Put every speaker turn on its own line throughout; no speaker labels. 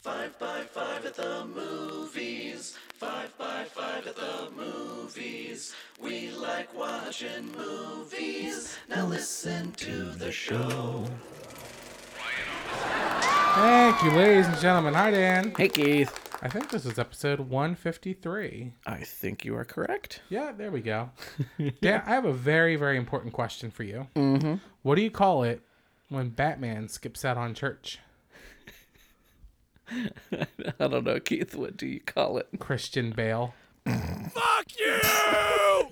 Five by five at the movies. Five by five at the movies. We like watching movies. Now listen to the show.
Thank you, ladies and gentlemen. Hi, Dan.
Hey Keith.
I think this is episode 153.
I think you are correct.
Yeah, there we go. Dan, I have a very, very important question for you. Mm-hmm. What do you call it when Batman skips out on church?
I don't know, Keith, what do you call it?
Christian Bale.
Fuck you! Fuck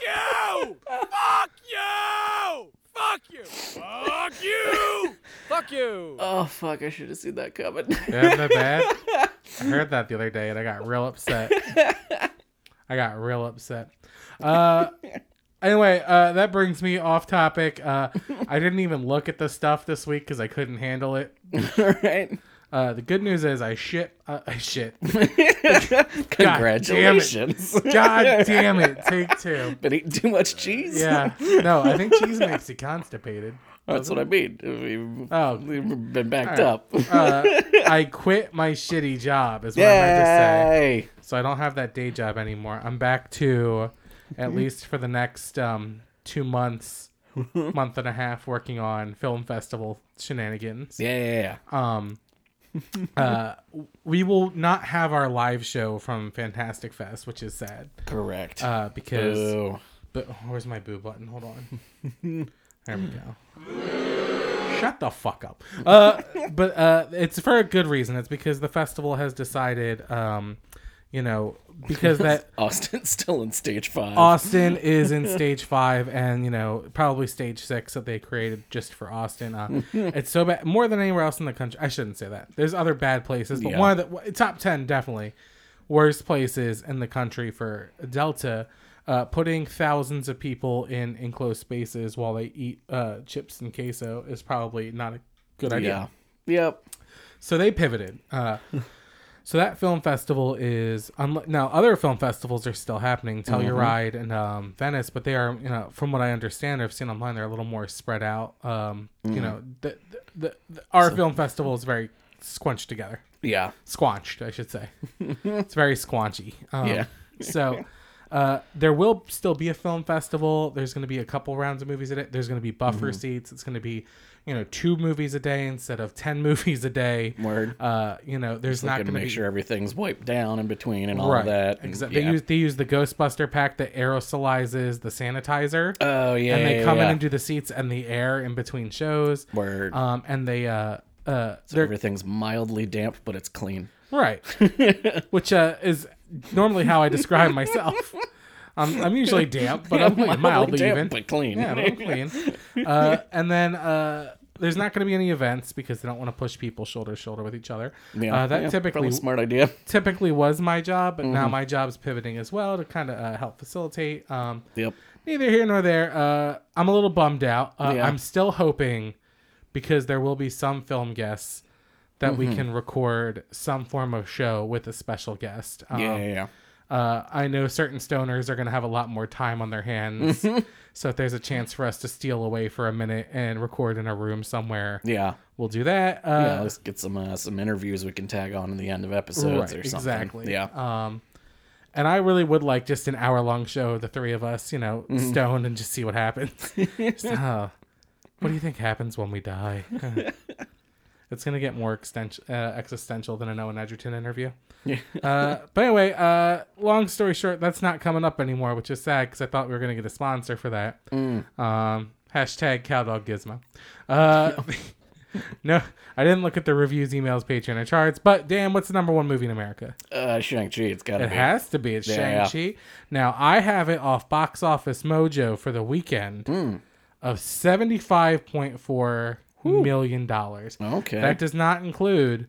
you! Fuck you! Fuck you! Fuck you! Fuck you!
Oh fuck, I should have seen that coming.
Isn't that bad? I heard that the other day and I got real upset. I got real upset. Uh, anyway, uh, that brings me off topic. Uh, I didn't even look at the stuff this week because I couldn't handle it.
All right.
Uh, the good news is I shit. Uh, I shit.
Congratulations.
God damn it! Take two.
Been eating too much cheese?
Yeah. No, I think cheese makes you constipated.
That's what I mean. We've,
Oh.
we've been backed
All right.
up.
Uh, I quit my shitty job. Is what I meant to say.
Yay!
So I don't have that day job anymore. I'm back to, at least for the next um, two months, month and a half, working on film festival shenanigans.
Yeah, yeah, yeah.
Um, uh, we will not have our live show from Fantastic Fest, which is sad.
Correct.
Uh, because
Boo.
but oh, where's my boo button? Hold on. there we go. Shut the fuck up. Uh, but uh, it's for a good reason. It's because the festival has decided, um, you know, because that
Austin's still in stage five.
Austin is in stage five and, you know, probably stage six that they created just for Austin. Uh, it's so bad, more than anywhere else in the country. I shouldn't say that. There's other bad places, but
Yeah.
one of the top 10 definitely worst places in the country for Delta. Uh, putting thousands of people in enclosed spaces while they eat uh, chips and queso is probably not a good idea.
yeah. Yep.
So they pivoted. Uh, so that film festival is unlike now other film festivals are still happening, Telluride and um, Venice, but they are you know from what I understand, I've seen online, they're a little more spread out. Um, You know, the, the, the, the- our film festival is very squinched together,
Yeah.
squanched, I should say. it's very squanchy. Um,
Yeah.
so. Uh, there will still be a film festival. There's going to be a couple rounds of movies a day. There's going to be buffer
Mm-hmm.
seats. It's going to be, you know, two movies a day instead of ten movies a day
Word.
uh, you know, there's
Not
not
gonna
going to
make
be
sure everything's wiped down in between and all
right.
that. and-
Exactly.
yeah.
They use they use the Ghostbuster pack that aerosolizes the sanitizer,
oh yeah.
and they
yeah,
come
yeah.
in and do the seats and the air in between shows.
Word.
Um, and they uh uh
So
they're
everything's mildly damp, but it's clean.
right, which uh is normally how I describe myself. I'm, I'm usually damp, but I'm like mildly
damp,
even.
but clean.
Yeah, real clean. Uh, and then uh, there's not going to be any events because they don't want to push people shoulder to shoulder with each other.
Yeah,
uh, that
yeah, probably
typically
a smart Mm-hmm. idea.
typically was my job, but now my job's pivoting as well to kind of uh, help facilitate. Um,
Yep.
neither here nor there. Uh, I'm a little bummed out. Uh,
Yeah.
I'm still hoping because there will be some film guests that
Mm-hmm.
we can record some form of show with a special guest. Um,
Yeah, yeah, yeah.
Uh, I know certain stoners are going to have a lot more time on their hands. so if there's a chance for us to steal away for a minute and record in a room somewhere,
Yeah.
we'll do that. Uh,
Yeah, let's get some uh, some interviews we can tag on in the end of episodes
Right,
or something.
exactly.
Yeah.
Um, and I really would like just an hour long show of the three of us, you know, stoned and just see what happens. Just, uh, what do you think happens when we die? it's gonna get more extension, uh, existential than an Owen Edgerton interview.
Yeah.
Uh, but anyway, uh, long story short, that's not coming up anymore, which is sad because I thought we were gonna get a sponsor for that. Um, hashtag cowdog gizmo. Uh, no, I didn't look at the reviews, emails, Patreon, and charts. But damn, what's the number one movie in America?
Uh, Shang Chi, it's gotta
It
be.
has to be. It's
Yeah.
Shang-Chi. Now, I have it off Box Office Mojo for the weekend
Hmm.
of $75.4 million dollars.
Okay.
That does not include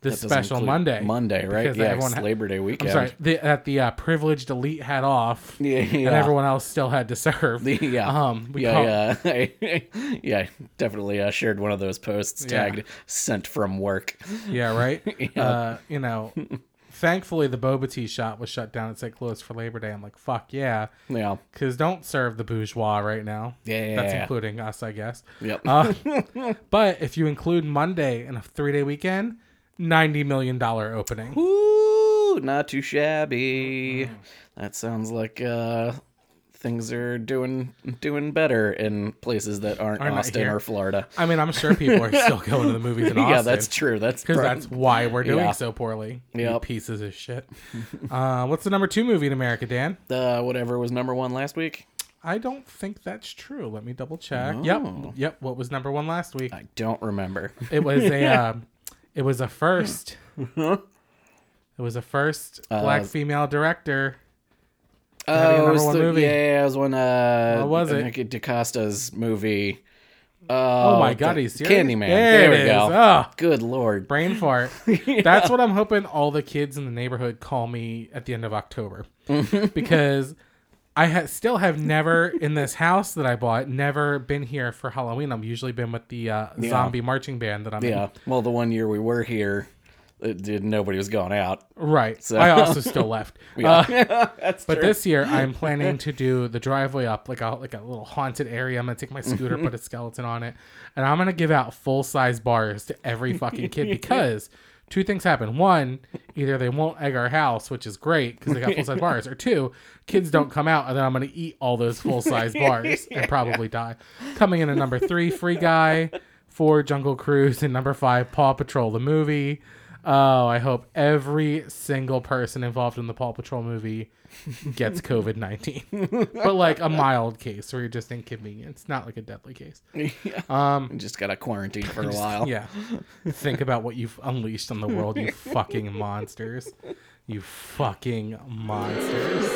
the
That doesn't
special
include
Monday.
Monday, right?
because
Yeah,
everyone
it's
ha-
Labor Day
I'm
weekend.
sorry, the, that the uh, privileged elite had off
Yeah, yeah.
and everyone else still had to serve.
yeah.
Um, we call-
yeah, yeah. yeah, definitely. I shared one of those posts tagged sent from work.
Yeah, right. Uh, you know, thankfully the boba tea shop was shut down. It said closed for Labor Day. I'm like, fuck yeah,
Yeah.
because don't serve the bourgeois right now.
Yeah.
that's including us, I guess.
Yep.
Uh, but if you include Monday and a three day weekend, ninety million dollar opening.
Ooh, not too shabby.
Mm-hmm.
That sounds like uh, things are doing doing better in places that aren't,
Aren't that
Austin
here?
or Florida.
I mean, I'm sure people are still going to the movies in Austin.
Yeah, that's true. That's
Because
prob-
that's why we're doing
Yeah.
so poorly. You
Yep.
pieces of shit. uh, what's the number two movie in America, Dan?
uh, whatever was number one last week.
I don't think that's true. Let me double check. Yep, yep. What was number one last week?
I don't remember.
It was a, uh, it was a first.
Uh-huh.
it was a first
Uh,
black female director. be a
Oh, it
number
was
one
the-
movie.
yeah, it was one. Uh,
What was it?
Nick DaCosta's movie.
Oh,
Uh,
my god,
the-
he's serious.
Candyman.
There,
There,
it
we go.
is. Ah,
Good lord.
brain fart. That's what I'm hoping all the kids in the neighborhood call me at the end of October because I ha- still have never in this house that I bought never been here for Halloween. I've usually been with the uh, zombie marching band that I'm in.
Yeah. Well, the one year we were here, it did, nobody was going out.
Right. I also still left. Uh, but this year I'm planning to do the driveway up like a like a little haunted area. I'm gonna take my scooter, put a skeleton on it, and I'm gonna give out full size bars to every fucking kid because two things happen. One, either they won't egg our house, which is great because they got full size bars, or two, kids don't come out and then I'm gonna eat all those full size bars and probably die. Coming in at number three, Free Guy. Four Jungle Cruise and number five Paw Patrol the movie. Oh, I hope every single person involved in the Paw Patrol movie gets COVID 19. but like a mild case where you're just inconvenienced, not like a deadly case.
We just got to quarantine for a while.
Um, Yeah. Think about what you've unleashed on the world, you fucking monsters. You fucking monsters.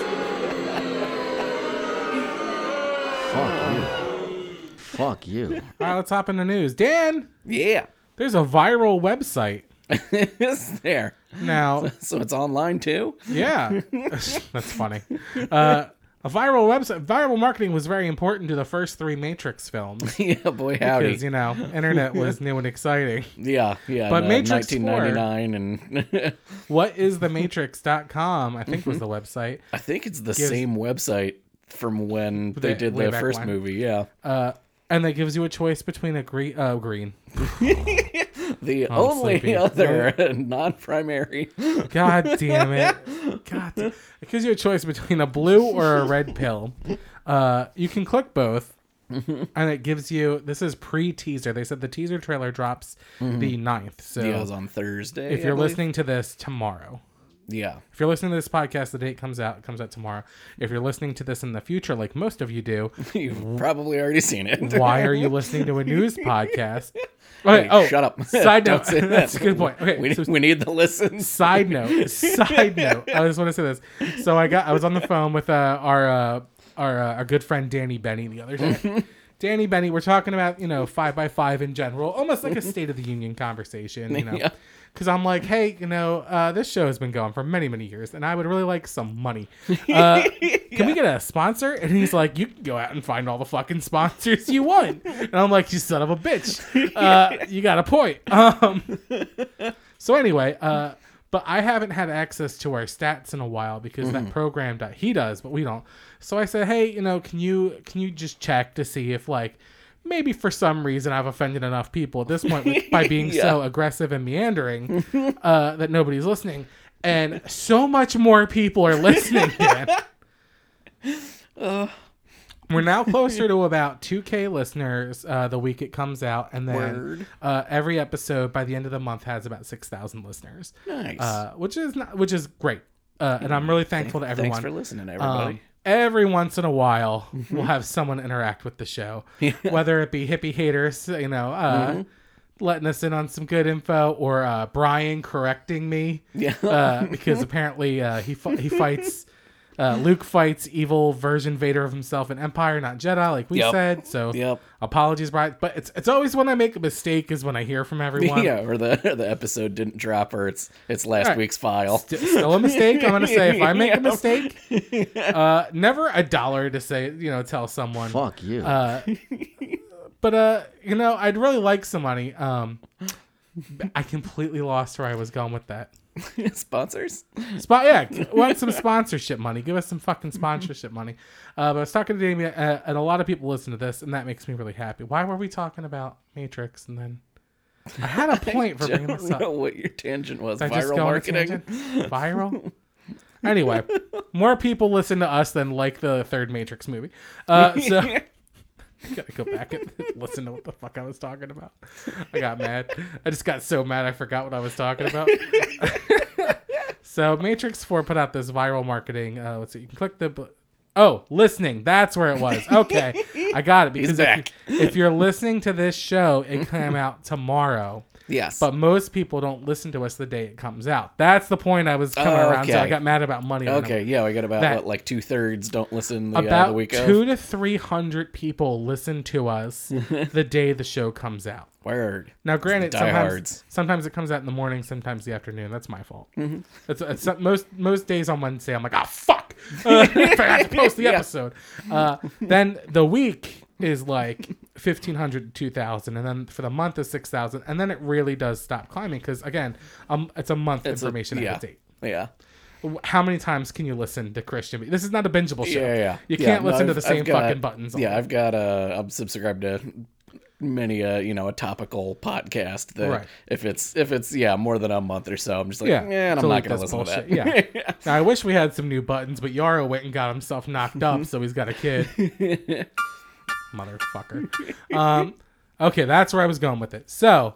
Fuck you. Fuck you.
All right, let's hop into news. Dan,
Yeah.
there's a viral website
it's there.
now.
So it's online too?
Yeah, that's funny. Uh, a viral website, viral marketing was very important to the first three Matrix films
yeah, boy, howdy.
because you know internet was new and exciting.
yeah, yeah.
But
in,
Matrix
1999 and
What is the Matrix.com? I think was the website.
I think it's the same website from when they,
They-
did
way
the
back
first
when.
movie. Yeah.
Uh, and that gives you a choice between a green, uh, green.
the
I'm
only
sleepy.
other non-primary.
God damn it! God, da- it gives you a choice between a blue or a red pill. Uh, you can click both, and it gives you. This is pre-teaser. They said the teaser trailer drops the 9th. So
Mm-hmm. Yeah, it was on Thursday.
Oh. if
I
you're
believe.
listening to this tomorrow
Yeah.
if you're listening to this podcast the date comes out it comes out tomorrow if you're listening to this in the future like most of you do
You've probably already seen it.
why are you listening to a news podcast okay,
Hey,
oh
shut up.
side note
Don't say that.
that's a good point okay
We,
so
we need the listens.
side note side note i just want to say this so i got i was on the phone with uh, our uh, our uh, our good friend danny benny the other day danny benny we're talking about you know five by five in general almost like a state of the union conversation you know
Yeah.
because i'm like hey you know uh, this show has been going for many many years and i would really like some money uh, can we get a sponsor and he's like you can go out and find all the fucking sponsors you want and i'm like you son of a bitch uh, you got a point um so anyway, uh, but I haven't had access to our stats in a while because that program that he does, but we don't. So I said, hey, you know, can you can you just check to see if like maybe for some reason I've offended enough people at this point with, by being so aggressive and meandering uh, that nobody's listening, and so much more people are listening. Dan. We're now closer to about 2K listeners uh, the week it comes out, and then
Word.
Uh, every episode by the end of the month has about 6,000 listeners,
Nice. Hmm.
uh, which is not, which is great, uh, and I'm really thankful to everyone.
Thanks for listening, Mm-hmm.
Um,
everybody.
every once in a while, we'll have someone interact with the show, whether it be hippie haters, you know, uh,
Mm-hmm.
letting us in on some good info, or uh, Brian correcting me,
Yeah.
uh, because apparently uh, he fi- he fights. Uh, Luke fights evil version Vader of himself in Empire, not Jedi, like we
Yep.
said. So
Yep.
apologies, Brian. But it's it's always when I make a mistake is when I hear from everyone.
yeah, or the the episode didn't drop, or it's it's last
Alright.
week's file.
St- still a mistake. I'm gonna say if I make
Yeah.
a mistake, uh, never a dollar to say you know tell someone.
Fuck you.
Uh, but uh, you know, I'd really like some money. Um, I completely lost where I was going with that.
Sponsors?
Spot, yeah, want some sponsorship money? Give us some fucking sponsorship money. Uh, but I was talking to Damien, uh, and a lot of people listen to this, and that makes me really happy. Why were we talking about Matrix? And then I had a point for bringing
don't
this up.
know what your tangent was.
Did I just
Viral
go on a
marketing.
tangent? Viral. Anyway, more people listen to us than like the third Matrix movie. Uh, so gotta go back and listen to what the fuck I was talking about. I got mad. I just got so mad I forgot what I was talking about. so Matrix Four put out this viral marketing. Uh, let's see. You can click the. bu- Oh, listening. That's where it was. Okay, I got it. Because
back.
If, you, if you're listening to this show, it came out tomorrow.
Yes.
But most people don't listen to us the day it comes out. That's the point I was coming around to. I
Okay.
got mad about money. on
okay. Yeah, we got about
That-
what, like two thirds don't listen the,
them.
uh,
About
the week
two
of.
to three hundred people listen to us the day the show comes out.
Word.
Now, granted, sometimes,
diehards. Mm-hmm.
sometimes it comes out in the morning, sometimes the afternoon. That's my fault. That's, that's- most most days on Wednesday, I'm like, ah, fuck, uh, I forgot to post the
Yeah.
episode. Uh, then the week is like 1,500 to 2,000, and then for the month is 6,000, and then it really does stop climbing because again, um, it's a month
It's a-
information
yeah.
out of date.
Yeah.
How many times can you listen to Christian? Be- This is not a bingeable show.
Yeah, yeah.
You
Yeah,
can't
no,
listen to
I've-
the
I've
same
got-
fucking buttons. all
Yeah,
day.
I've got uh I'm subscribed to many uh you know a topical podcast that
Right.
if it's if it's yeah more than a month or so I'm just like
Yeah,
yeah, and I'm not
delete
gonna
this
listen to
bullshit.
that
Now, I wish we had some new buttons, but Yara went and got himself knocked
Mm-hmm.
up, so he's got a kid. Motherfucker. Um, okay, that's where I was going with it. So,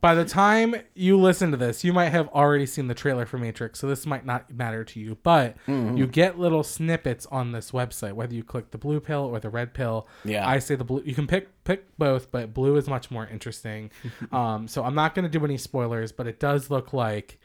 by the time you listen to this, you might have already seen the trailer for Matrix, so this might not matter to you, but you get little snippets on this website, whether you click the blue pill or the red pill.
Yeah.
I say the blue. You can pick pick both, but blue is much more interesting. um, so I'm not going to do any spoilers, but it does look like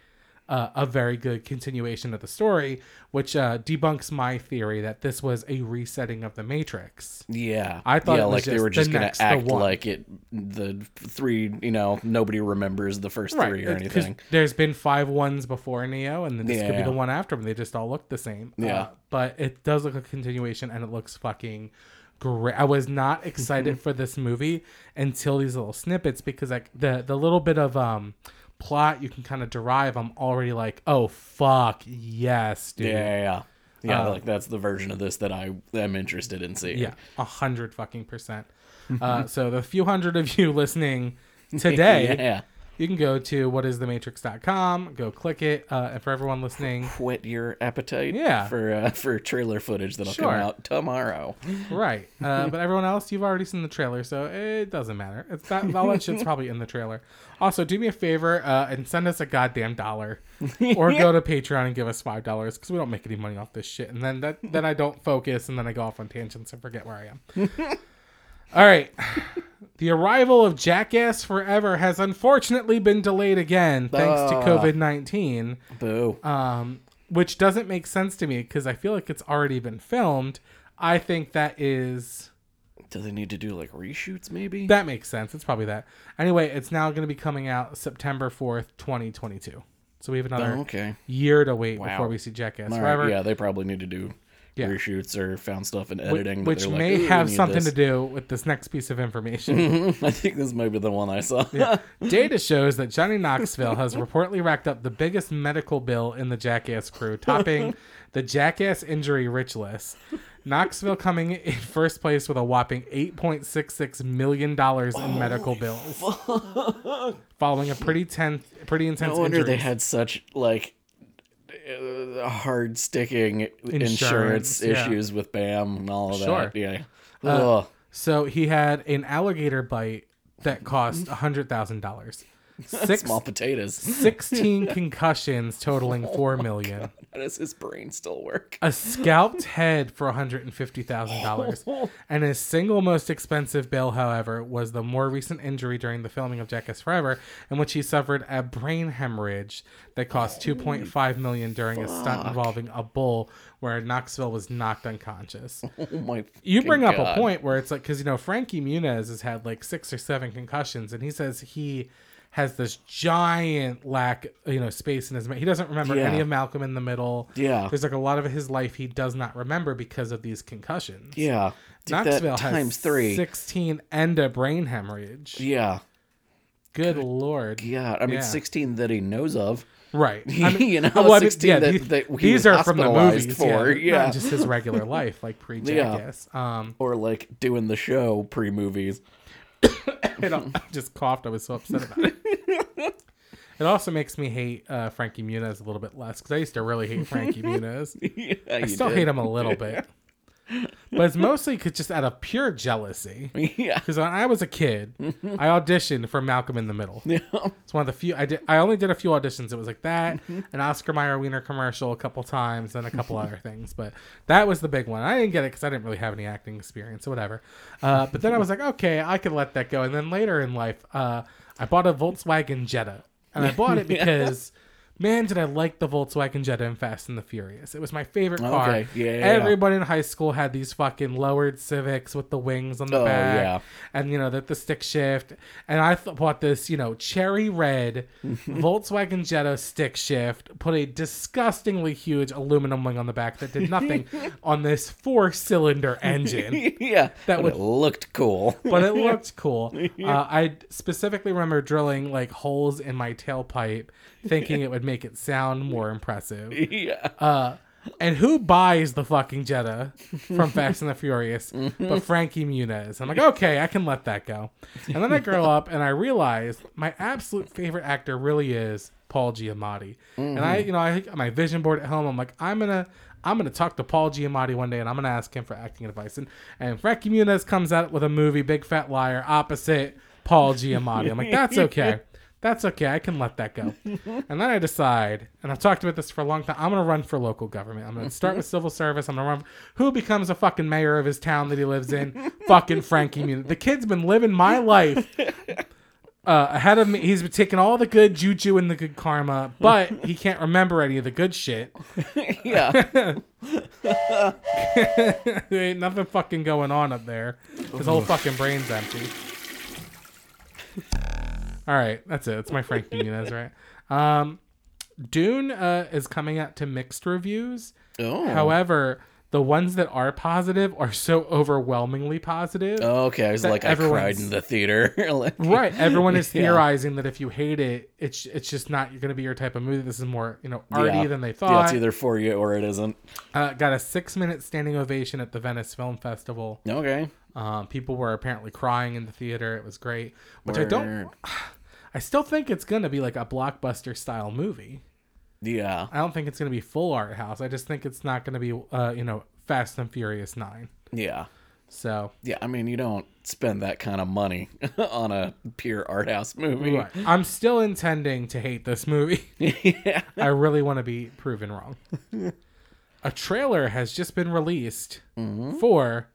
uh, a very good continuation of the story, which uh, debunks my theory that this was a resetting of the Matrix.
yeah
I thought
yeah
it was
like they
just
were
the
just gonna
next, the
act
one.
like it the three you know nobody remembers the first three or
it- 'cause
anything
There's been five ones before Neo, and then this could be
Yeah.
the one after, but they just all look the same. Uh,
Yeah.
but it does look like a continuation, and it looks fucking great. I was not excited
Mm-hmm.
for this movie until these little snippets because like the the little bit of um plot you can kind of derive. I'm already like, oh fuck, yes, dude.
yeah yeah yeah, Yeah,
Uh,
like that's the version of this that I am interested in seeing
Yeah, a hundred fucking percent. Uh, so the few hundred of you listening today,
yeah
you can go to whatisthematrix.com, go click it, uh, and for everyone listening,
quit your appetite
Yeah.
for uh, for trailer footage that'll
Sure.
come out tomorrow
right? Uh, but everyone else, you've already seen the trailer, so it doesn't matter. It's that all that shit's probably in the trailer. Also, do me a favor uh, and send us a goddamn dollar, or go to Patreon and give us five dollars because we don't make any money off this shit. And then that then I don't focus, and then I go off on tangents and forget where I am. All right. The arrival of Jackass Forever has unfortunately been delayed again thanks to
Ah.
COVID 19
boo
um, which doesn't make sense to me because I feel like it's already been filmed. I think that is
do they need to do like reshoots maybe
that makes sense. It's probably that. Anyway, it's now going to be coming out September fourth, twenty twenty two. So we have another
Oh, okay
year to wait
Wow.
before we see Jackass
All right,
Forever,
yeah, they probably need to do
Yeah.
reshoots or found stuff in
whi-
editing,
which may have something to do with this next piece of information.
do. I think this might be the one I saw.
Data shows that Johnny Knoxville has reportedly racked up the biggest medical bill in the Jackass crew, topping the Jackass injury rich list. Knoxville coming in first place with a whopping $8.66 million in medical bills, following a pretty tense, pretty intense
no wonder
injury.
they had such like uh, hard sticking
Insurance,
insurance,
yeah.
issues with BAM and all of
Sure. Uh,
that. Yeah. Ugh.
so he had an alligator bite that cost $100,000. Six,
Small potatoes.
16 concussions totaling four million.
How does his brain still work?
a scalped head for $150,000. and his single most expensive bill, however, was the more recent injury during the filming of Jackass Forever, in which he suffered a brain hemorrhage that cost 2.5 million during a stunt involving a bull where Knoxville was knocked unconscious.
Oh my.
You
fucking
bring up
God.
a point where it's like cuz you know Frankie Muniz has had like 6 or 7 concussions and he says he has this giant lack, you know, space in his. ma- He doesn't remember
Yeah.
any of Malcolm in the Middle.
Yeah.
There's like a lot of his life he does not remember because of these concussions.
Yeah. Take
Knoxville
that
has
times three.
16 and a brain hemorrhage.
Yeah.
Good lord.
Yeah. I mean,
Yeah.
16 that he knows of.
Right.
You know, 16 that-
these-
that he
these
was
are from the
hospitalized
movies.
for,
yeah. Not
yeah.
just his regular life, like pre Jackass. Um,
or like doing the show pre movies.
It al- I just coughed. I was so upset about it. It also makes me hate uh, Frankie Muniz a little bit less because I used to really hate Frankie Muniz. I still hate him a little bit, but it's mostly 'cause- just out of pure jealousy.
yeah.
Because when I was a kid, I auditioned for Malcolm in the Middle.
Yeah.
It's one of the few I did. I only did a few auditions. It was like that, an Oscar Mayer Wiener commercial a couple times, and a couple other things. But that was the big one. I didn't get it because I didn't really have any acting experience or whatever. Uh, but then I was like, okay, I could let that go. And then later in life, uh, I bought a Volkswagen Jetta, and I bought it because. Man, did I like the Volkswagen Jetta in Fast and the Furious. It was my favorite car.
Okay, yeah, yeah, yeah.
Everybody in high school had these fucking lowered Civics with the wings on the
Oh,
back
yeah.
and you know that the stick shift and i th- bought this you know cherry red volkswagen jetta stick shift put a disgustingly huge aluminum wing on the back that did nothing on this four cylinder engine
yeah.
That
That
would-
would looked cool.
but it looked cool uh, i specifically remember drilling like holes in my tailpipe thinking it would make it sound more impressive
yeah.
uh, and who buys the fucking Jetta from Fast and the Furious but Frankie Muniz? I'm like, okay, I can let that go. And then I grow up and I realize my absolute favorite actor really is Paul Giamatti. And I, you know, I got my vision board at home. I'm like, I'm gonna, I'm gonna talk to Paul Giamatti one day and I'm gonna ask him for acting advice. And and Frankie Muniz comes out with a movie, Big Fat Liar, opposite Paul Giamatti. I'm like, that's okay. That's okay. I can let that go. and then I decide, and I've talked about this for a long time. I'm going to run for local government. I'm going to start with civil service. I'm going to run. Who becomes a fucking mayor of his town that he lives in? fucking Frankie Muniz. The kid's been living my life uh, ahead of me. He's been taking all the good juju and the good karma, but he can't remember any of the good shit.
yeah.
there ain't nothing fucking going on up there. His whole fucking brain's empty. All right, that's it. That's my Frank Muniz, right? Um, Dune uh, is coming out to mixed reviews.
Oh.
However, the ones that are positive are so overwhelmingly positive.
okay. I was
that
like, I cried
everyone's-
in the theater. Like-
Right, everyone is
Yeah.
theorizing that if you hate it, it's it's just not going to be your type of movie. This is more you know arty
Yeah.
than they thought.
Yeah, it's either for you or it isn't.
uh, got a six minute standing ovation at the Venice Film Festival.
Okay.
Um, people were apparently crying in the theater. It was great, which I don't.
Word.
I still think it's gonna be like a blockbuster style movie.
Yeah.
I don't think it's gonna be full art house. I just think it's not gonna be, uh, you know, Fast and Furious Nine.
Yeah.
So
Yeah. I mean, you don't spend that kind of money on a pure art house movie.
right. I'm still intending to hate this movie.
yeah.
I really want to be proven wrong. a trailer has just been released for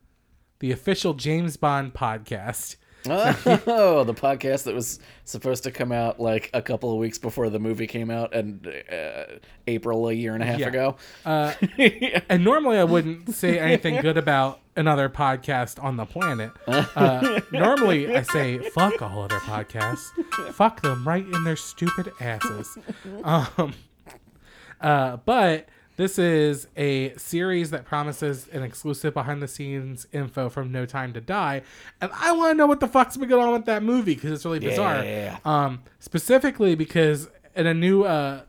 the official James Bond podcast.
Oh, the podcast that was supposed to come out like a couple of weeks before the movie came out, and uh, April a year and a half
Yeah. Uh,
ago.
and normally I wouldn't say anything good about another podcast on the planet. Uh, normally I say fuck all other podcasts, fuck them right in their stupid asses. Um, uh, but this is a series that promises an exclusive behind the scenes info from No Time to Die, and I want to know what the fuck's been going on with that movie because it's really bizarre.
Yeah.
Um, specifically because in a new uh,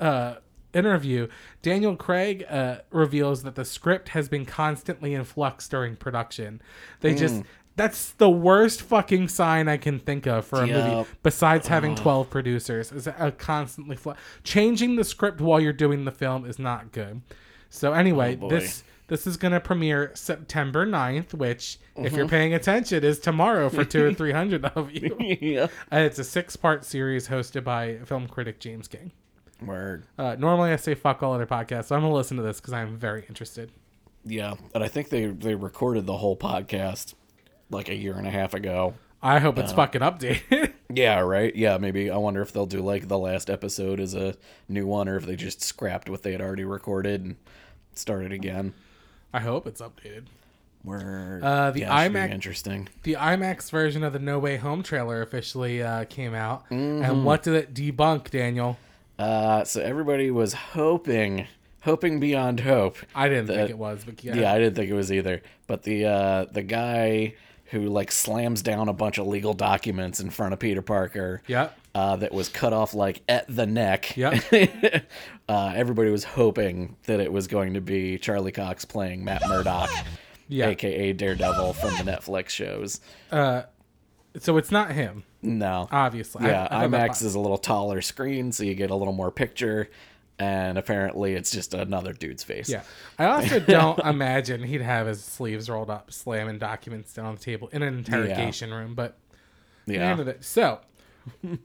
uh, interview, Daniel Craig uh, reveals that the script has been constantly in flux during production.
Mm.
They just. That's the worst fucking sign I can think of for a
Yup.
movie. Besides having twelve producers, is a constantly fl- changing the script while you're doing the film is not good. So anyway,
Oh, boy.
this this is gonna premiere September 9th, which if
Mm-hmm.
you're paying attention is tomorrow for two or three hundred of you.
yeah.
Uh, it's a six part series hosted by film critic James King.
Word.
Uh, normally, I say fuck all other podcasts, so I'm going to listen to this because I'm very interested.
Yeah, and I think they they recorded the whole podcast like a year and a half ago.
I hope
Oh.
it's fucking updated.
Yeah, right. Yeah, maybe I wonder if they'll do like the last episode as a new one, or if they just scrapped what they had already recorded and started again.
I hope it's updated.
Word.
Uh, the
yeah, it should be
iMac-
Interesting.
The IMAX version of the No Way Home trailer officially uh, came out.
Mm-hmm.
And what did it debunk, Daniel?
Uh, so everybody was hoping, hoping beyond hope.
I didn't think
The-
it was, but yeah.
Yeah, I didn't think it was either. But the uh, the guy who like slams down a bunch of legal documents in front of Peter Parker.
Yep.
uh, that was cut off like at the neck.
Yep.
uh, everybody was hoping that it was going to be Charlie Cox playing Matt Murdock,
Yeah.
aka Daredevil from the Netflix shows.
so it's not him,
No.
obviously. Uh, I-
yeah,
I thought that
IMAX is a little taller screen, so you get a little more picture. And apparently, it's just another dude's face.
Yeah. I also don't imagine he'd have his sleeves rolled up, slamming documents down on the table in an interrogation room, but the end
Yeah.
of it. So,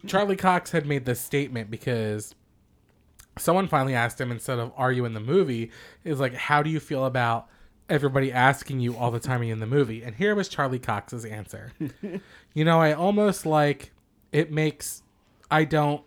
Charlie Cox had made this statement because someone finally asked him instead of "Are you in the movie?" is like, "How do you feel about everybody asking you all the time are you in the movie?" And here was Charlie Cox's answer. you know, I almost like it makes I don't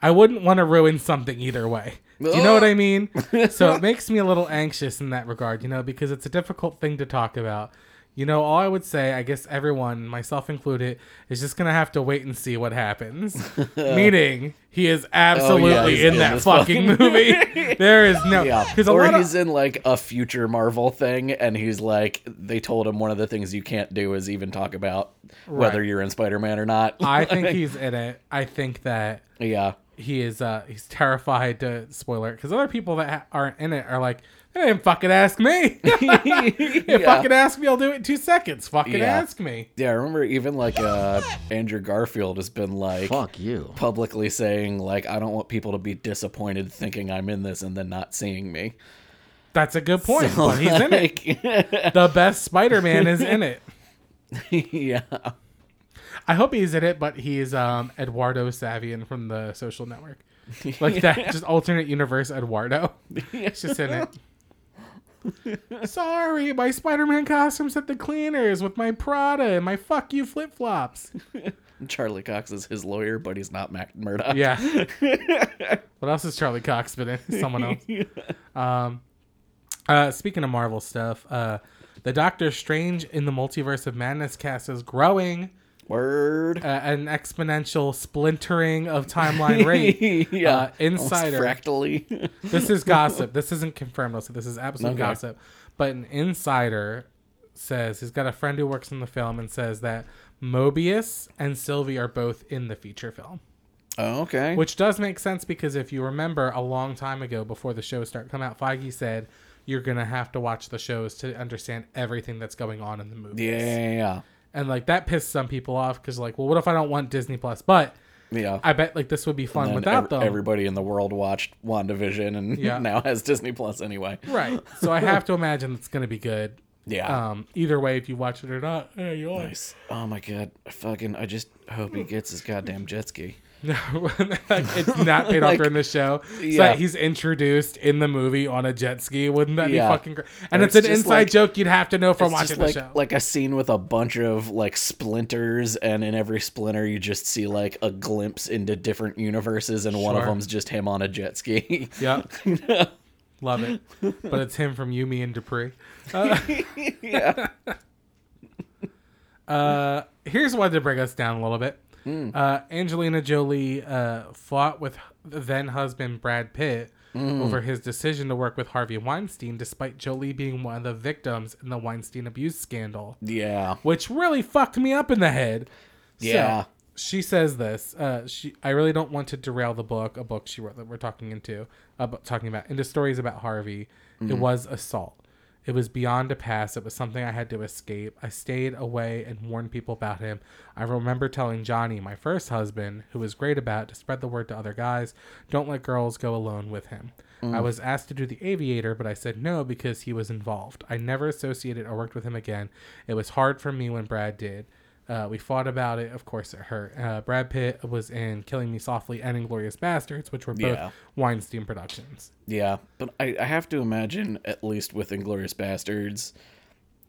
I wouldn't want to ruin something either way. Do you know what
Oh.
I mean? so it makes me a little anxious in that regard, you know, because it's a difficult thing to talk about. You know, all I would say, I guess everyone, myself included, is just gonna have to wait and see what happens. Meaning, he is absolutely
Oh, he's
in
in
that
this
fucking movie. there is no,
Yeah.
because a
Or
lot of
he's in like a future Marvel thing, and he's like, they told him one of the things you can't do is even talk about whether
Right.
you're in Spider Man or not.
I think he's in it. I think that
yeah.
he is uh he's terrified to spoiler because other people that ha- aren't in it are like they didn't fucking ask me.
yeah.
If fucking ask me, I'll do it in two seconds. Fucking
Yeah.
ask me.
yeah, I remember even like uh, Andrew Garfield has been like
Fuck you.
publicly saying like I don't want people to be disappointed thinking I'm in this and then not seeing me.
That's a good point. but he's in it.
it.
The best Spider-Man is in it.
yeah.
I hope he's in it, but he's um Eduardo Savian from the Social Network, like that just alternate universe Eduardo. It's just in it. Sorry, my Spider-Man costume's at the cleaners with my Prada and my fuck you flip-flops.
Charlie Cox is his lawyer, but he's not Mac Murdock.
Yeah. what else has Charlie Cox been in? Someone else. Um, uh, speaking of Marvel stuff, uh, the Doctor Strange in the Multiverse of Madness cast is growing
Word.
uh, at an exponential splintering of timeline rate.
yeah.
uh, Insider.
Almost fractally.
this is gossip. This isn't confirmed, so this is absolute
Okay.
gossip. But an insider says he's got a friend who works in the film and says that Mobius and Sylvie are both in the feature film.
oh, okay.
Which does make sense because if you remember a long time ago before the shows start come out, Feige said you're gonna have to watch the shows to understand everything that's going on in the movies.
yeah, yeah.
And like that pissed some people off because like, well, what if I don't want Disney Plus? But
Yeah. yeah.
I bet like this would be fun
And
without
ev-
them.
Everybody in the world watched WandaVision and
Yeah.
now has Disney Plus anyway.
Right. So I have to imagine it's gonna be good.
Yeah.
Um, either way, if you watch it or not, eh, you are.
Nice. Oh my god. I fucking I just hope he gets his goddamn jet ski.
No, like, it's not paid off
Like,
during the show. So
yeah.
that he's introduced in the movie on a jet ski. Wouldn't that
Yeah.
be fucking great? And
Or it's
it's, an
just
inside
like-
joke you'd have to know from
It's
watching
just
the
like
show.
like a scene with a bunch of like splinters, and in every splinter you just see like a glimpse into different universes, and one of
Sure.
them's just him on a jet ski.
Yep. Love it. But it's him from Yumi and Dupree.
yeah,
Uh, here's one to bring us down a little bit.
Hmm.
Uh, Angelina Jolie uh, fought with then husband Brad Pitt
Hmm.
over his decision to work with Harvey Weinstein, despite Jolie being one of the victims in the Weinstein abuse scandal,
yeah,
which really fucked me up in the head. So,
Yeah.
she says this. Uh, she, I really don't want to derail the book, a book she wrote that we're talking into, about, talking about into stories about Harvey. It was assault. It was beyond a pass. It was something I had to escape. I stayed away and warned people about him. I remember telling Johnny, my first husband, who was great about it, to spread the word to other guys. Don't let girls go alone with him. I was asked to do the aviator, but I said no because he was involved. I never associated or worked with him again. It was hard for me when Brad did. Uh, we fought about it. Of course, it hurt. Uh, Brad Pitt was in Killing Me Softly and Inglorious Bastards, which were both
Yeah.
Weinstein productions.
yeah. But I, I have to imagine, at least with Inglorious Bastards,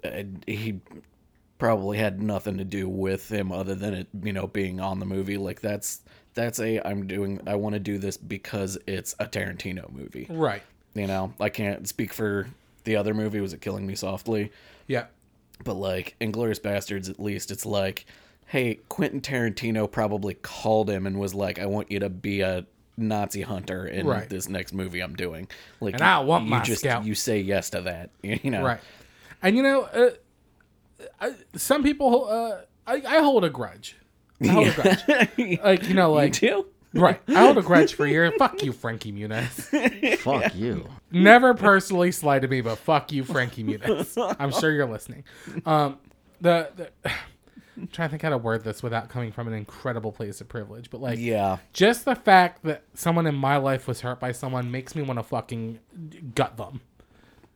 uh, he probably had nothing to do with him other than it, you know, being on the movie. Like that's that's a I'm doing. I want to do this because it's a Tarantino movie.
Right.
You know, I can't speak for the other movie. Was it Killing Me Softly?
Yeah.
But like Inglorious Bastards, at least it's like, hey, Quentin Tarantino probably called him and was like, I want you to be a Nazi hunter in
Right.
this next movie I'm doing. Like,
And I want
you
my
just
scalp.
you say yes to that, you know?
Right. And you know, uh, I, some people, uh, I, I hold a grudge. I hold a grudge. Like, you know,
you
like,
do.
right. I hold a grudge for years. Fuck you, Frankie Muniz.
Fuck you.
Never personally slighted me, but fuck you, Frankie Muniz. I'm sure you're listening. Um, the, the I'm trying to think how to word this without coming from an incredible place of privilege, but like,
Yeah.
just the fact that someone in my life was hurt by someone makes me want to fucking gut them.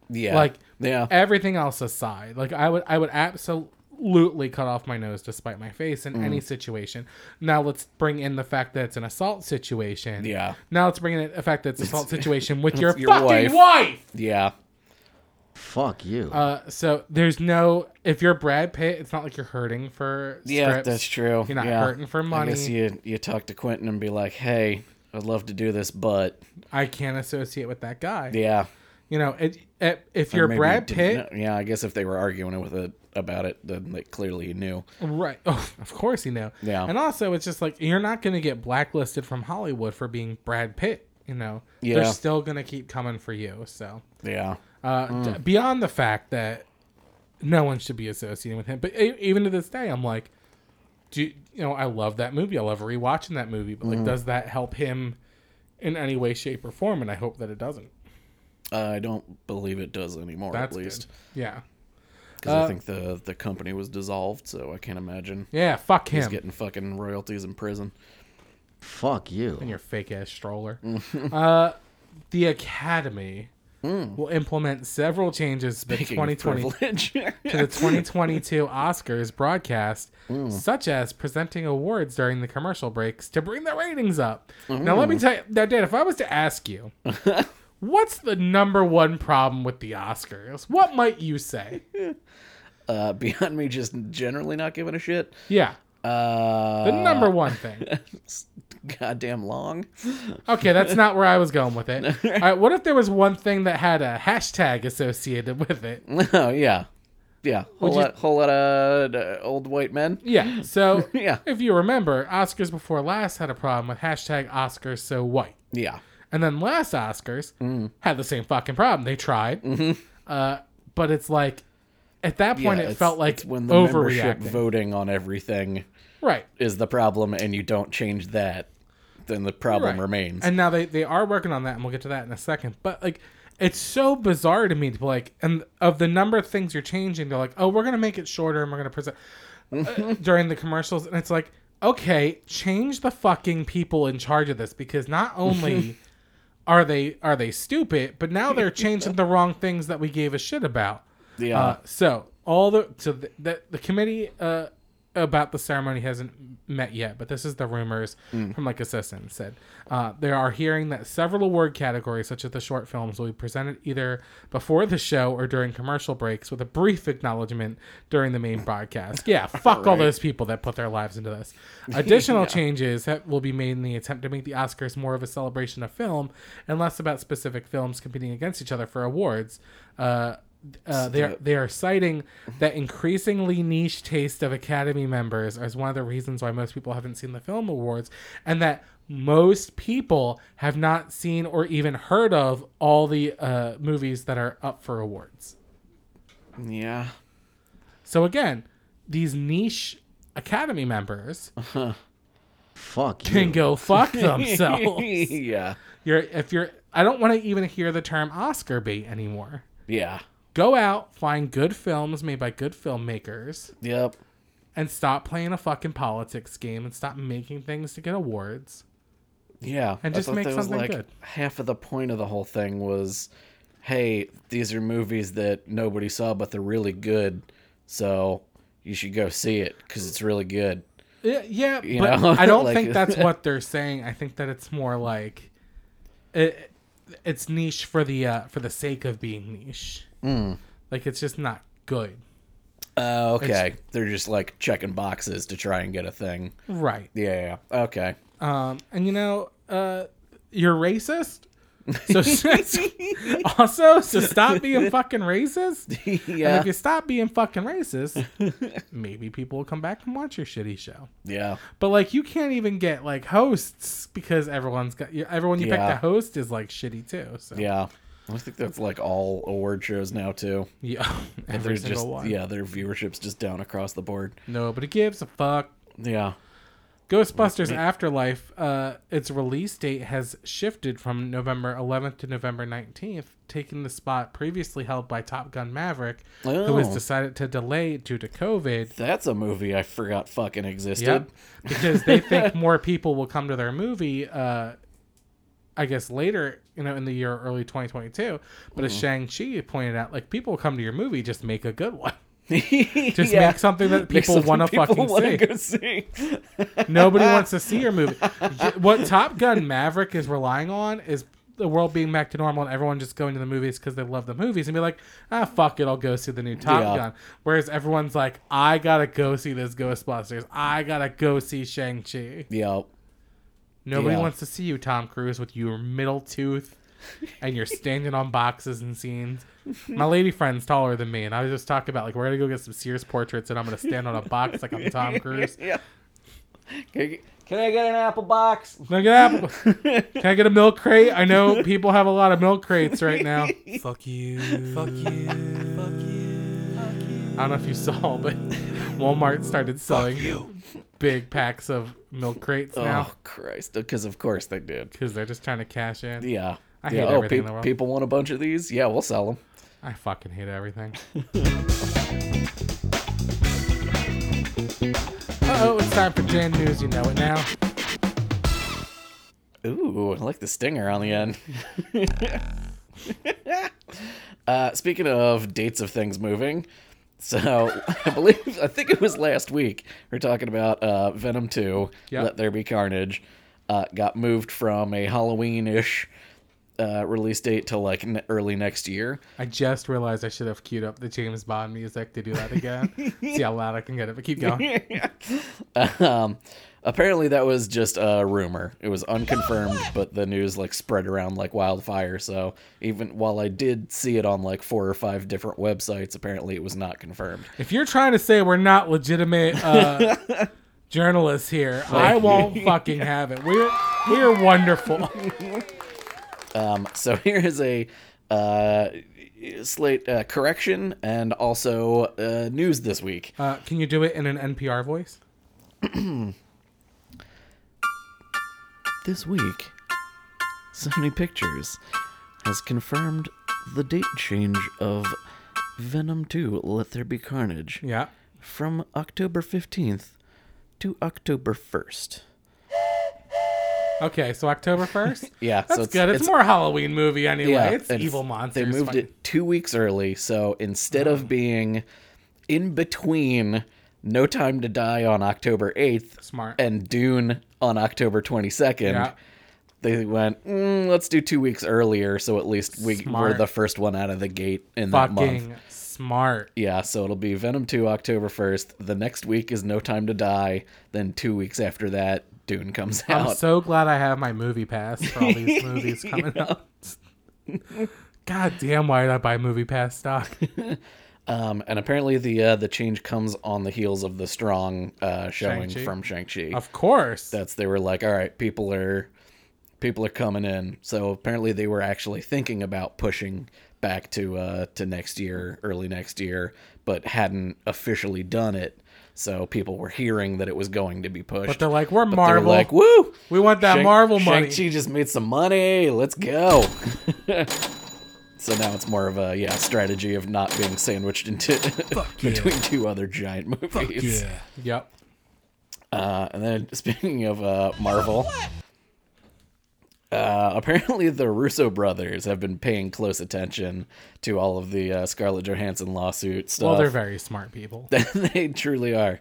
Yeah.
Like,
yeah.
Everything else aside, like I would, I would absolutely cut off my nose to spite my face
Mm.
in any situation. Now let's bring in the fact that it's an assault situation.
Yeah.
Now let's bring in the fact that it's an assault situation with your,
your
fucking
wife.
wife.
yeah.
Fuck you.
Uh, so there's no if you're Brad Pitt, it's not like you're hurting for
Yeah,
scripts.
that's true.
You're not
yeah.
hurting for money.
I guess you you talk to Quentin and be like, "Hey, I'd love to do this, but
I can't associate with that guy.
yeah."
You know, it, it, if
Or
you're
maybe
Brad
you
Pitt,
didn't know- Yeah, I guess if they were arguing with it about it, then like clearly you knew.
right? Oh, of course you know.
Yeah.
And also, it's just like you're not going to get blacklisted from Hollywood for being Brad Pitt. You know, they're
Yeah.
still going to keep coming for you. So
Yeah.
uh, d-
Mm.
beyond the fact that no one should be associated with him, but e- even to this day, I'm like, do you you know? I love that movie. I love rewatching that movie. But like,
Mm.
does that help him in any way, shape, or form? And I hope that it doesn't.
Uh, I don't believe it does anymore,
That's
at
good.
least.
Yeah.
Because
Uh,
I think the, the company was dissolved, so I can't imagine
Yeah. Fuck
he's
him.
getting fucking royalties in prison.
Fuck you.
in your fake ass stroller. uh, the Academy will implement several changes to the
Speaking of
2020
privilege.
to the 2022 Oscars broadcast, such as presenting awards during the commercial breaks to bring the ratings up. Now, let me tell you, now, Dan, if I was to ask you, what's the number one problem with the Oscars? What might you say?
uh, beyond me just generally not giving a shit.
Yeah,
Uh,
the number one thing.
goddamn long.
Okay, that's not where I was going with it. All right, what if there was one thing that had a hashtag associated with it?
oh, yeah. Yeah. Whole
Would you-
lot, whole lot of uh, old white men.
Yeah. So
Yeah.
if you remember, Oscars before last had a problem with hashtag Oscars so white,
Yeah.
and then last Oscars
Mm.
had the same fucking problem. They tried, uh, but it's like at that
Mm-hmm. Yeah,
point it
it's-
felt like
it's when the membership
overreacting.
voting on everything
right.
is the problem, and you don't change that, then the problem
Right.
remains.
And now they they are working on that, and we'll get to that in a second. But like. It's so bizarre to me to be like, and of the number of things you're changing, they're like, oh, we're gonna make it shorter and we're gonna present uh, during the commercials, and it's like, okay, change the fucking people in charge of this because not only are they are they stupid, but now they're changing the wrong things that we gave a shit about.
yeah.
Uh, so all the so the, the, the committee uh, about the ceremony hasn't met yet, but this is the rumors
Mm.
from like assistant said. Uh, they are hearing that several award categories, such as the short films, will be presented either before the show or during commercial breaks, with a brief acknowledgement during the main broadcast. Yeah, fuck all
Right.
those people that put their lives into this. Additional changes that will be made in the attempt to make the Oscars more of a celebration of film and less about specific films competing against each other for awards. Uh, uh, they are, they are citing that increasingly niche taste of Academy members as one of the reasons why most people haven't seen the film awards, and that most people have not seen or even heard of all the uh, movies that are up for awards.
yeah.
So again, these niche Academy members
Fuck
can
you.
go fuck themselves.
yeah.
you're if you're I don't want to even hear the term Oscar bait anymore.
Yeah.
Go out, find good films made by good filmmakers.
Yep.
and stop playing a fucking politics game and stop making things to get awards.
Yeah.
And
I
just
thought
make
that was,
something
like,
good.
Half of the point of the whole thing was, hey, these are movies that nobody saw, but they're really good, so you should go see it because it's really good.
Yeah, yeah
You
but
know,
I don't
like-
think that's what they're saying. I think that it's more like it, it's niche for the uh, for the sake of being niche.
Mm.
Like it's just not good.
Oh, okay. They're just like checking boxes to try and get a thing.
Right.
Yeah. Okay.
Um, and you know, uh, you're racist. So also, so stop being fucking racist. And
yeah.
if you stop being fucking racist, maybe people will come back and watch your shitty show.
yeah.
But like you can't even get like hosts because everyone's got you- everyone you pick
Yeah.
to host is like shitty too. So
Yeah. I think that's like all award shows now too.
yeah, every
There's
single
just
one.
yeah, their viewership's just down across the board.
Nobody gives a fuck.
Yeah.
Ghostbusters Afterlife, uh, its release date has shifted from November 11th to November 19th, taking the spot previously held by Top Gun Maverick, who was
Oh.
decided to delay due to COVID.
That's a movie I forgot fucking existed.
Yep. Because they think more people will come to their movie, uh, I guess later, you know, in the year early 2022. But as
Mm-hmm.
Shang-Chi pointed out, like, people will come to your movie, just make a good one. Just
Yeah.
make something that
Make
people
something
want to
people
fucking see.
wanna go see.
Nobody wants to see your movie. Y- What Top Gun Maverick is relying on is the world being back to normal and everyone just going to the movies because they love the movies and be like, ah, fuck it, I'll go see the new Top
Yeah.
Gun. Whereas everyone's like, I gotta go see this Ghostbusters. I gotta go see Shang Chi.
Yep.
Nobody
Yeah.
wants to see you, Tom Cruise, with your middle tooth and you're standing on boxes and scenes. My lady friend's taller than me, and I was just talking about like we're gonna go get some Sears portraits and I'm gonna stand on a box like I'm Tom Cruise.
Yeah. Can I get- can I get an apple box?
Can I get apple? Can I get a milk crate? I know people have a lot of milk crates right now.
Fuck you. Fuck you. Fuck you.
I don't know if you saw, but Walmart started selling big packs of milk crates now
Oh Christ! Because of course they did.
because they're just trying to cash in.
Yeah.
I
yeah. oh,
hate everything in
peop-
the world.
people want a bunch of these. Yeah, we'll sell them.
I fucking hate everything. oh, it's time for Jan News. You know it now.
Ooh, I like the stinger on the end. uh, speaking of dates of things moving, so I believe I think it was last week we are talking about uh, Venom Two,
Yeah.
Let There Be Carnage, uh, got moved from a Halloween ish uh, release date to like n- early next year.
I just realized I should have queued up the James Bond music to do that again. See how loud I can get it. But keep going.
um, apparently that was just a rumor. It was unconfirmed, but the news like spread around like wildfire. So even while I did see it on like four or five different websites, apparently it was not confirmed.
If you're trying to say we're not legitimate uh, journalists here, I won't fucking have it. We're we're wonderful.
Um, so here is a uh, slate uh, correction and also uh, news this week.
Uh, can you do it in an NPR voice?
This week, Sony Pictures has confirmed the date change of Venom 2 Let There Be Carnage.
Yeah.
from October 15th to October 1st.
Okay, so October first.
Yeah,
that's
so it's-
good. It's,
it's-
more Halloween movie anyway. it's
and
evil
f-
monsters. Oh.
They moved
fucking-
it two weeks early, so instead of being in between No Time to Die on October 8th
Smart.
and Dune on October 22nd,
Yeah.
they went, mm, let's do two weeks earlier, so at least we, we're
Smart.
the first one out of the gate in that month.
Fucking smart.
Yeah, so it'll be Venom 2 October 1st. The next week is No Time to Die. Then two weeks after that, Dune comes
I'm
out.
so glad I have my movie pass for all these movies coming up. God damn, why did I buy movie pass stock?
Um, and apparently the uh, the change comes on the heels of the strong uh, showing
Shang-Chi?
from Shang-Chi.
Of course.
That's they were like, all right, people are people are coming in. So apparently they were actually thinking about pushing back to uh, to next year, early next year, but hadn't officially done it. So people were hearing that it was going to be pushed.
But they're like, we're
But they were
Marvel.
like, woo!
we want that
Shang-
Marvel money.
Shang-Chi just made some money. Let's go. so now it's more of a yeah strategy of not being sandwiched into between two other giant movies.
Yep.
Uh, and then speaking of uh, Marvel, uh, apparently the Russo brothers have been paying close attention to all of the uh, Scarlett Johansson lawsuit stuff.
Well, they're very smart people.
they truly are.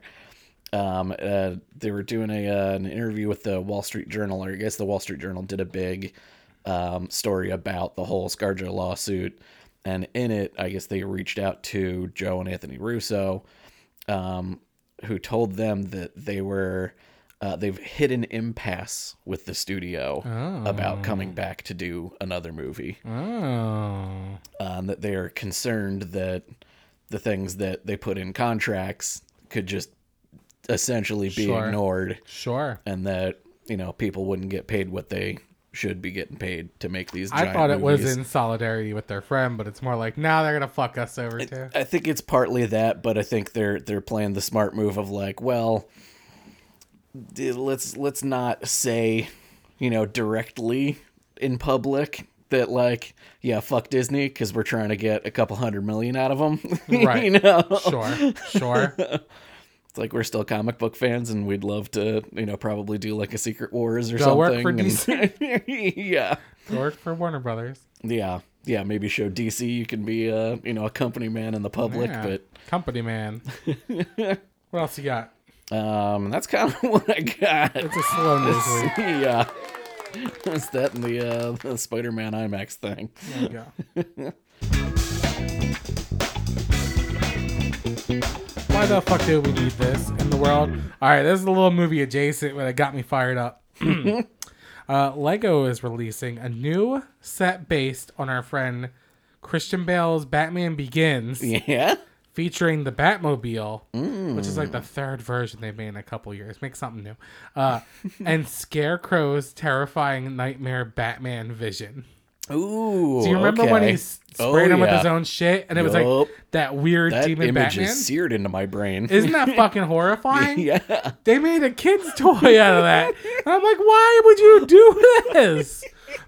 Um, uh, they were doing a uh, an interview with the Wall Street Journal, or I guess the Wall Street Journal did a big um, story about the whole ScarJo lawsuit, and in it, I guess they reached out to Joe and Anthony Russo, um, who told them that they were uh, they've hit an impasse with the studio about coming back to do another movie
Oh.
um, that they are concerned that the things that they put in contracts could just essentially be
Sure.
ignored
Sure.
and that you know people wouldn't get paid what they should be getting paid to make these
I
giant
thought it
movies.
was in solidarity with their friend, but it's more like, now they're going to fuck us over too.
I think it's partly that, but I think they're they're playing the smart move of like, well, d- let's let's not say, you know, directly in public that like yeah fuck Disney because we're trying to get a couple hundred million out of them.
Right.
you know.
Sure, sure.
It's like we're still comic book fans, and we'd love to, you know, probably do like a Secret Wars or
Go work
something.
for
and- yeah,
Work for Warner Brothers.
yeah, yeah. Maybe show DC you can be, uh, you know, a company man in the public,
Yeah.
but
company man. what else you got?
Um, that's kind of what I got.
It's a slow news week.
yeah, that's that and the uh, the Spider-Man IMAX thing.
There you go. Why the fuck do we need this in the world? All right, this is a little movie adjacent, but it got me fired up. uh, Lego is releasing a new set based on our friend Christian Bale's Batman Begins,
Yeah,
featuring the Batmobile, which is like the third version they've made in a couple years. Make something new. Uh, and Scarecrow's terrifying nightmare Batman vision.
ooh.
Do you remember when he s-
Oh,
sprayed him with his
yeah.
own shit, and it was like
Yup.
that weird
that
demon
image
Batman?
is seared into my brain?
Isn't that fucking horrifying?
yeah,
They made a kid's toy out of that. And I'm like, why would you do this?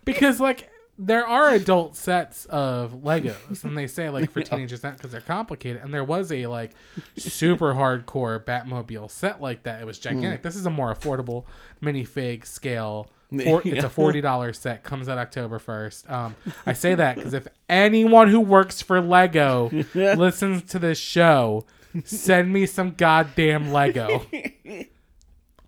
Because like there are adult sets of Legos, and they say like for teenagers not because they're complicated. And there was a like super hardcore Batmobile set like that. It
Mm.
was gigantic. This is a more affordable minifig scale. For, It's
Yeah.
a forty dollars set. Comes out October first. Um, I say that because if anyone who works for Lego listens to this show, send me some goddamn Lego.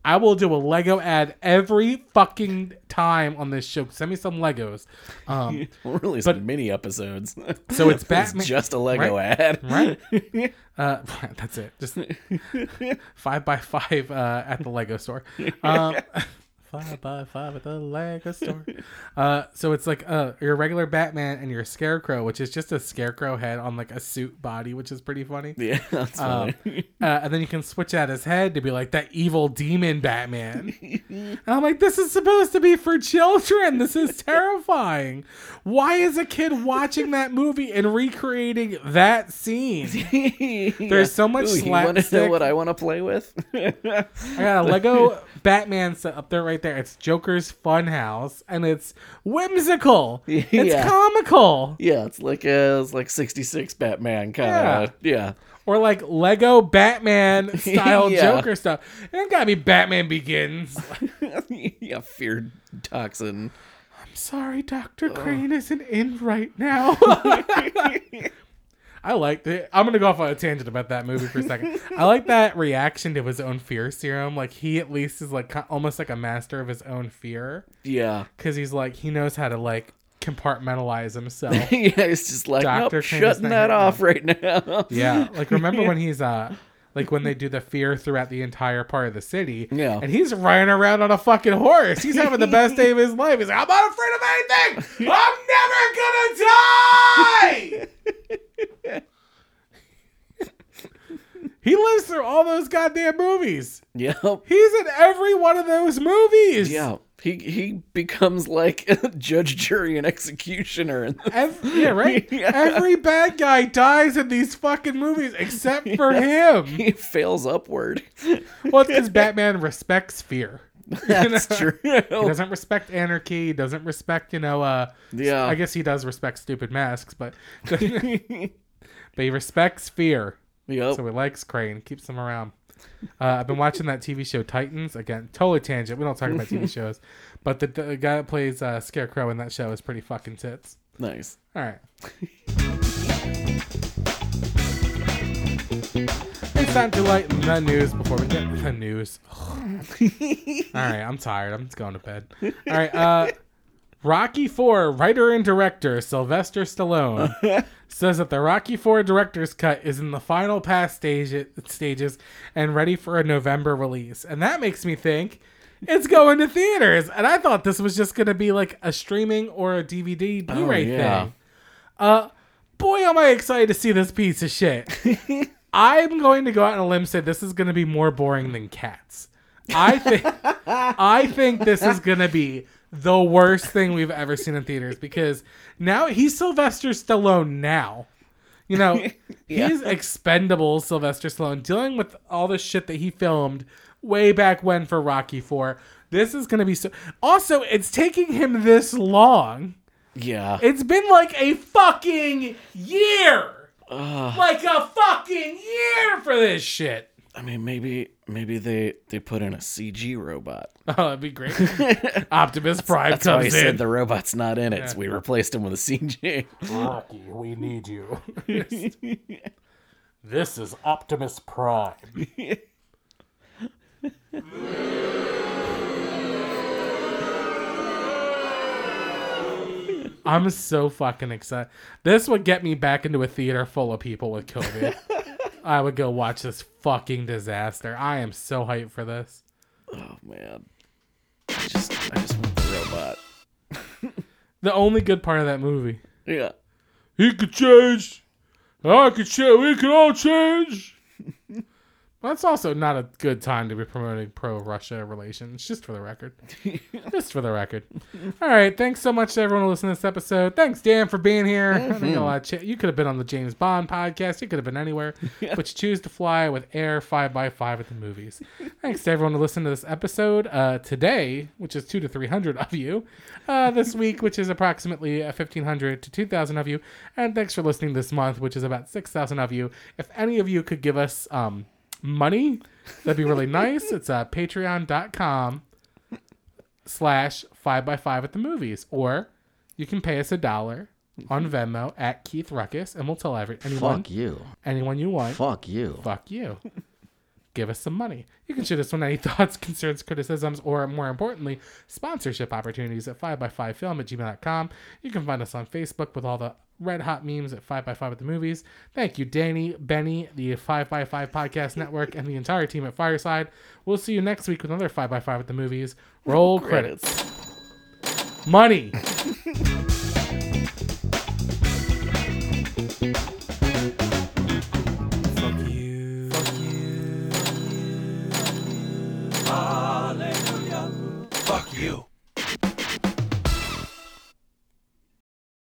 I will do a Lego ad every fucking time on this show. Send me some Legos. Um,
we'll release but, mini episodes.
so it's
It's
Batman.
just a Lego
right?
ad.
Right. Uh, that's it. Just five by five uh, at the Lego store. Um, five by five at the Lego store. Uh, so it's like uh, your regular Batman and your Scarecrow, which is just a scarecrow head on like a suit body, which is pretty funny.
Yeah, that's
Um,
funny.
uh, and then you can switch out his head to be like that evil demon Batman. and I'm like, this is supposed to be for children. This is terrifying. Why is a kid watching that movie and recreating that scene? There's so much
Ooh, you want to know
slapstick.
what I want to play with?
I got a Lego Batman set up there, right there. It's Joker's Funhouse, and it's whimsical. It's
Yeah.
comical,
yeah, it's like a it's like '66 Batman kind of. yeah.
or like Lego Batman style
Yeah.
Joker stuff. It ain't gotta be Batman Begins.
yeah, fear toxin.
Sorry, Dr. Crane isn't in right now. I liked it. I'm going to go off on a tangent about that movie for a second. I like that reaction to his own fear serum. Like, he at least is like ki- almost like a master of his own fear
Yeah.
because he's like, he knows how to like compartmentalize himself.
yeah, it's just like
Dr.
nope,
Kane is
shutting
not
that
here
off right now.
Yeah. Like remember when he's uh like when they do the fear throughout the entire part of the city.
Yeah.
And he's running around on a fucking horse. He's having the best day of his life. He's like, I'm not afraid of anything. I'm never gonna die. he lives through all those goddamn movies.
Yep.
He's in every one of those movies.
Yeah. He he becomes like judge, jury, and executioner. And
Ev- yeah, right?
Yeah.
Every bad guy dies in these fucking movies except for him.
he fails upward.
Well, it's because Batman respects fear.
That's
You know?
true.
He doesn't respect anarchy. He doesn't respect, you know, uh,
Yeah.
I guess he does respect stupid masks, but but he respects fear.
Yep.
So he likes Crane, keeps him around. Uh, I've been watching that TV show Titans again. Totally tangent. We don't talk about TV shows, but the, the guy that plays uh, Scarecrow in that show is pretty fucking tits.
nice.
All right. it's time to lighten the news before we get the news. All right, I'm tired. I'm just going to bed. All right, uh, Rocky Four writer and director Sylvester Stallone says that the Rocky Four director's cut is in the final pass stage- stages and ready for a November release, and that makes me think. It's going to theaters, and I thought this was just going to be like a streaming or a DVD Blu-ray
yeah.
thing. Uh, boy, am I excited to see this piece of shit. I'm going to go out on a limb and say this is going to be more boring than Cats. I think I think this is going to be the worst thing we've ever seen in theaters because now he's Sylvester Stallone now. You know, he's expendable Sylvester Stallone dealing with all the shit that he filmed way back when for Rocky Four. This is gonna be so. Also, it's taking him this long.
Yeah.
It's been like a fucking year,
Ugh.
like a fucking year for this shit.
I mean, maybe maybe they they put in a CG robot.
Oh, that'd be great. Optimus Prime
That's why I
comes in.
said the robot's not in it.
Yeah.
So we replaced him with a CG.
Rocky, we need you. this is Optimus Prime. I'm so fucking excited. This would get me back into a theater full of people with COVID. I would go watch this fucking disaster. I am so hyped for this.
Oh man. I just I just want the robot.
The only good part of that movie.
Yeah.
He could change. I could change. We could all change. That's also not a good time to be promoting pro Russia relations, just for the record. just for the record. All right. Thanks so much to everyone who listened to this episode. Thanks, Dan, for being here. I think a lot of cha- you could have been on the James Bond podcast. You could have been anywhere, but you choose to fly with Air 5x5 at the movies. Thanks to everyone who listened to this episode uh, today, which is two to 300 of you, uh, this week, which is approximately uh, 1,500 to 2,000 of you, and thanks for listening this month, which is about 6,000 of you. If any of you could give us um, money, that'd be really nice. It's uh, patreon.com slash 5x5 at the movies, or you can pay us a dollar on Venmo at Keith Ruckus, and we'll tell every, anyone,
Mm-hmm. Fuck you.
anyone you want
Fuck you.
fuck you. Give us some money. You can shoot us on any thoughts, concerns, criticisms, or more importantly, sponsorship opportunities at 5x5film at gmail.com. You can find us on Facebook with all the red hot memes at 5x5 at the movies. Thank you, Danny, Benny, the 5x5 Podcast Network, and the entire team at Fireside. We'll see you next week with another 5x5 at the movies. Roll credits. Money.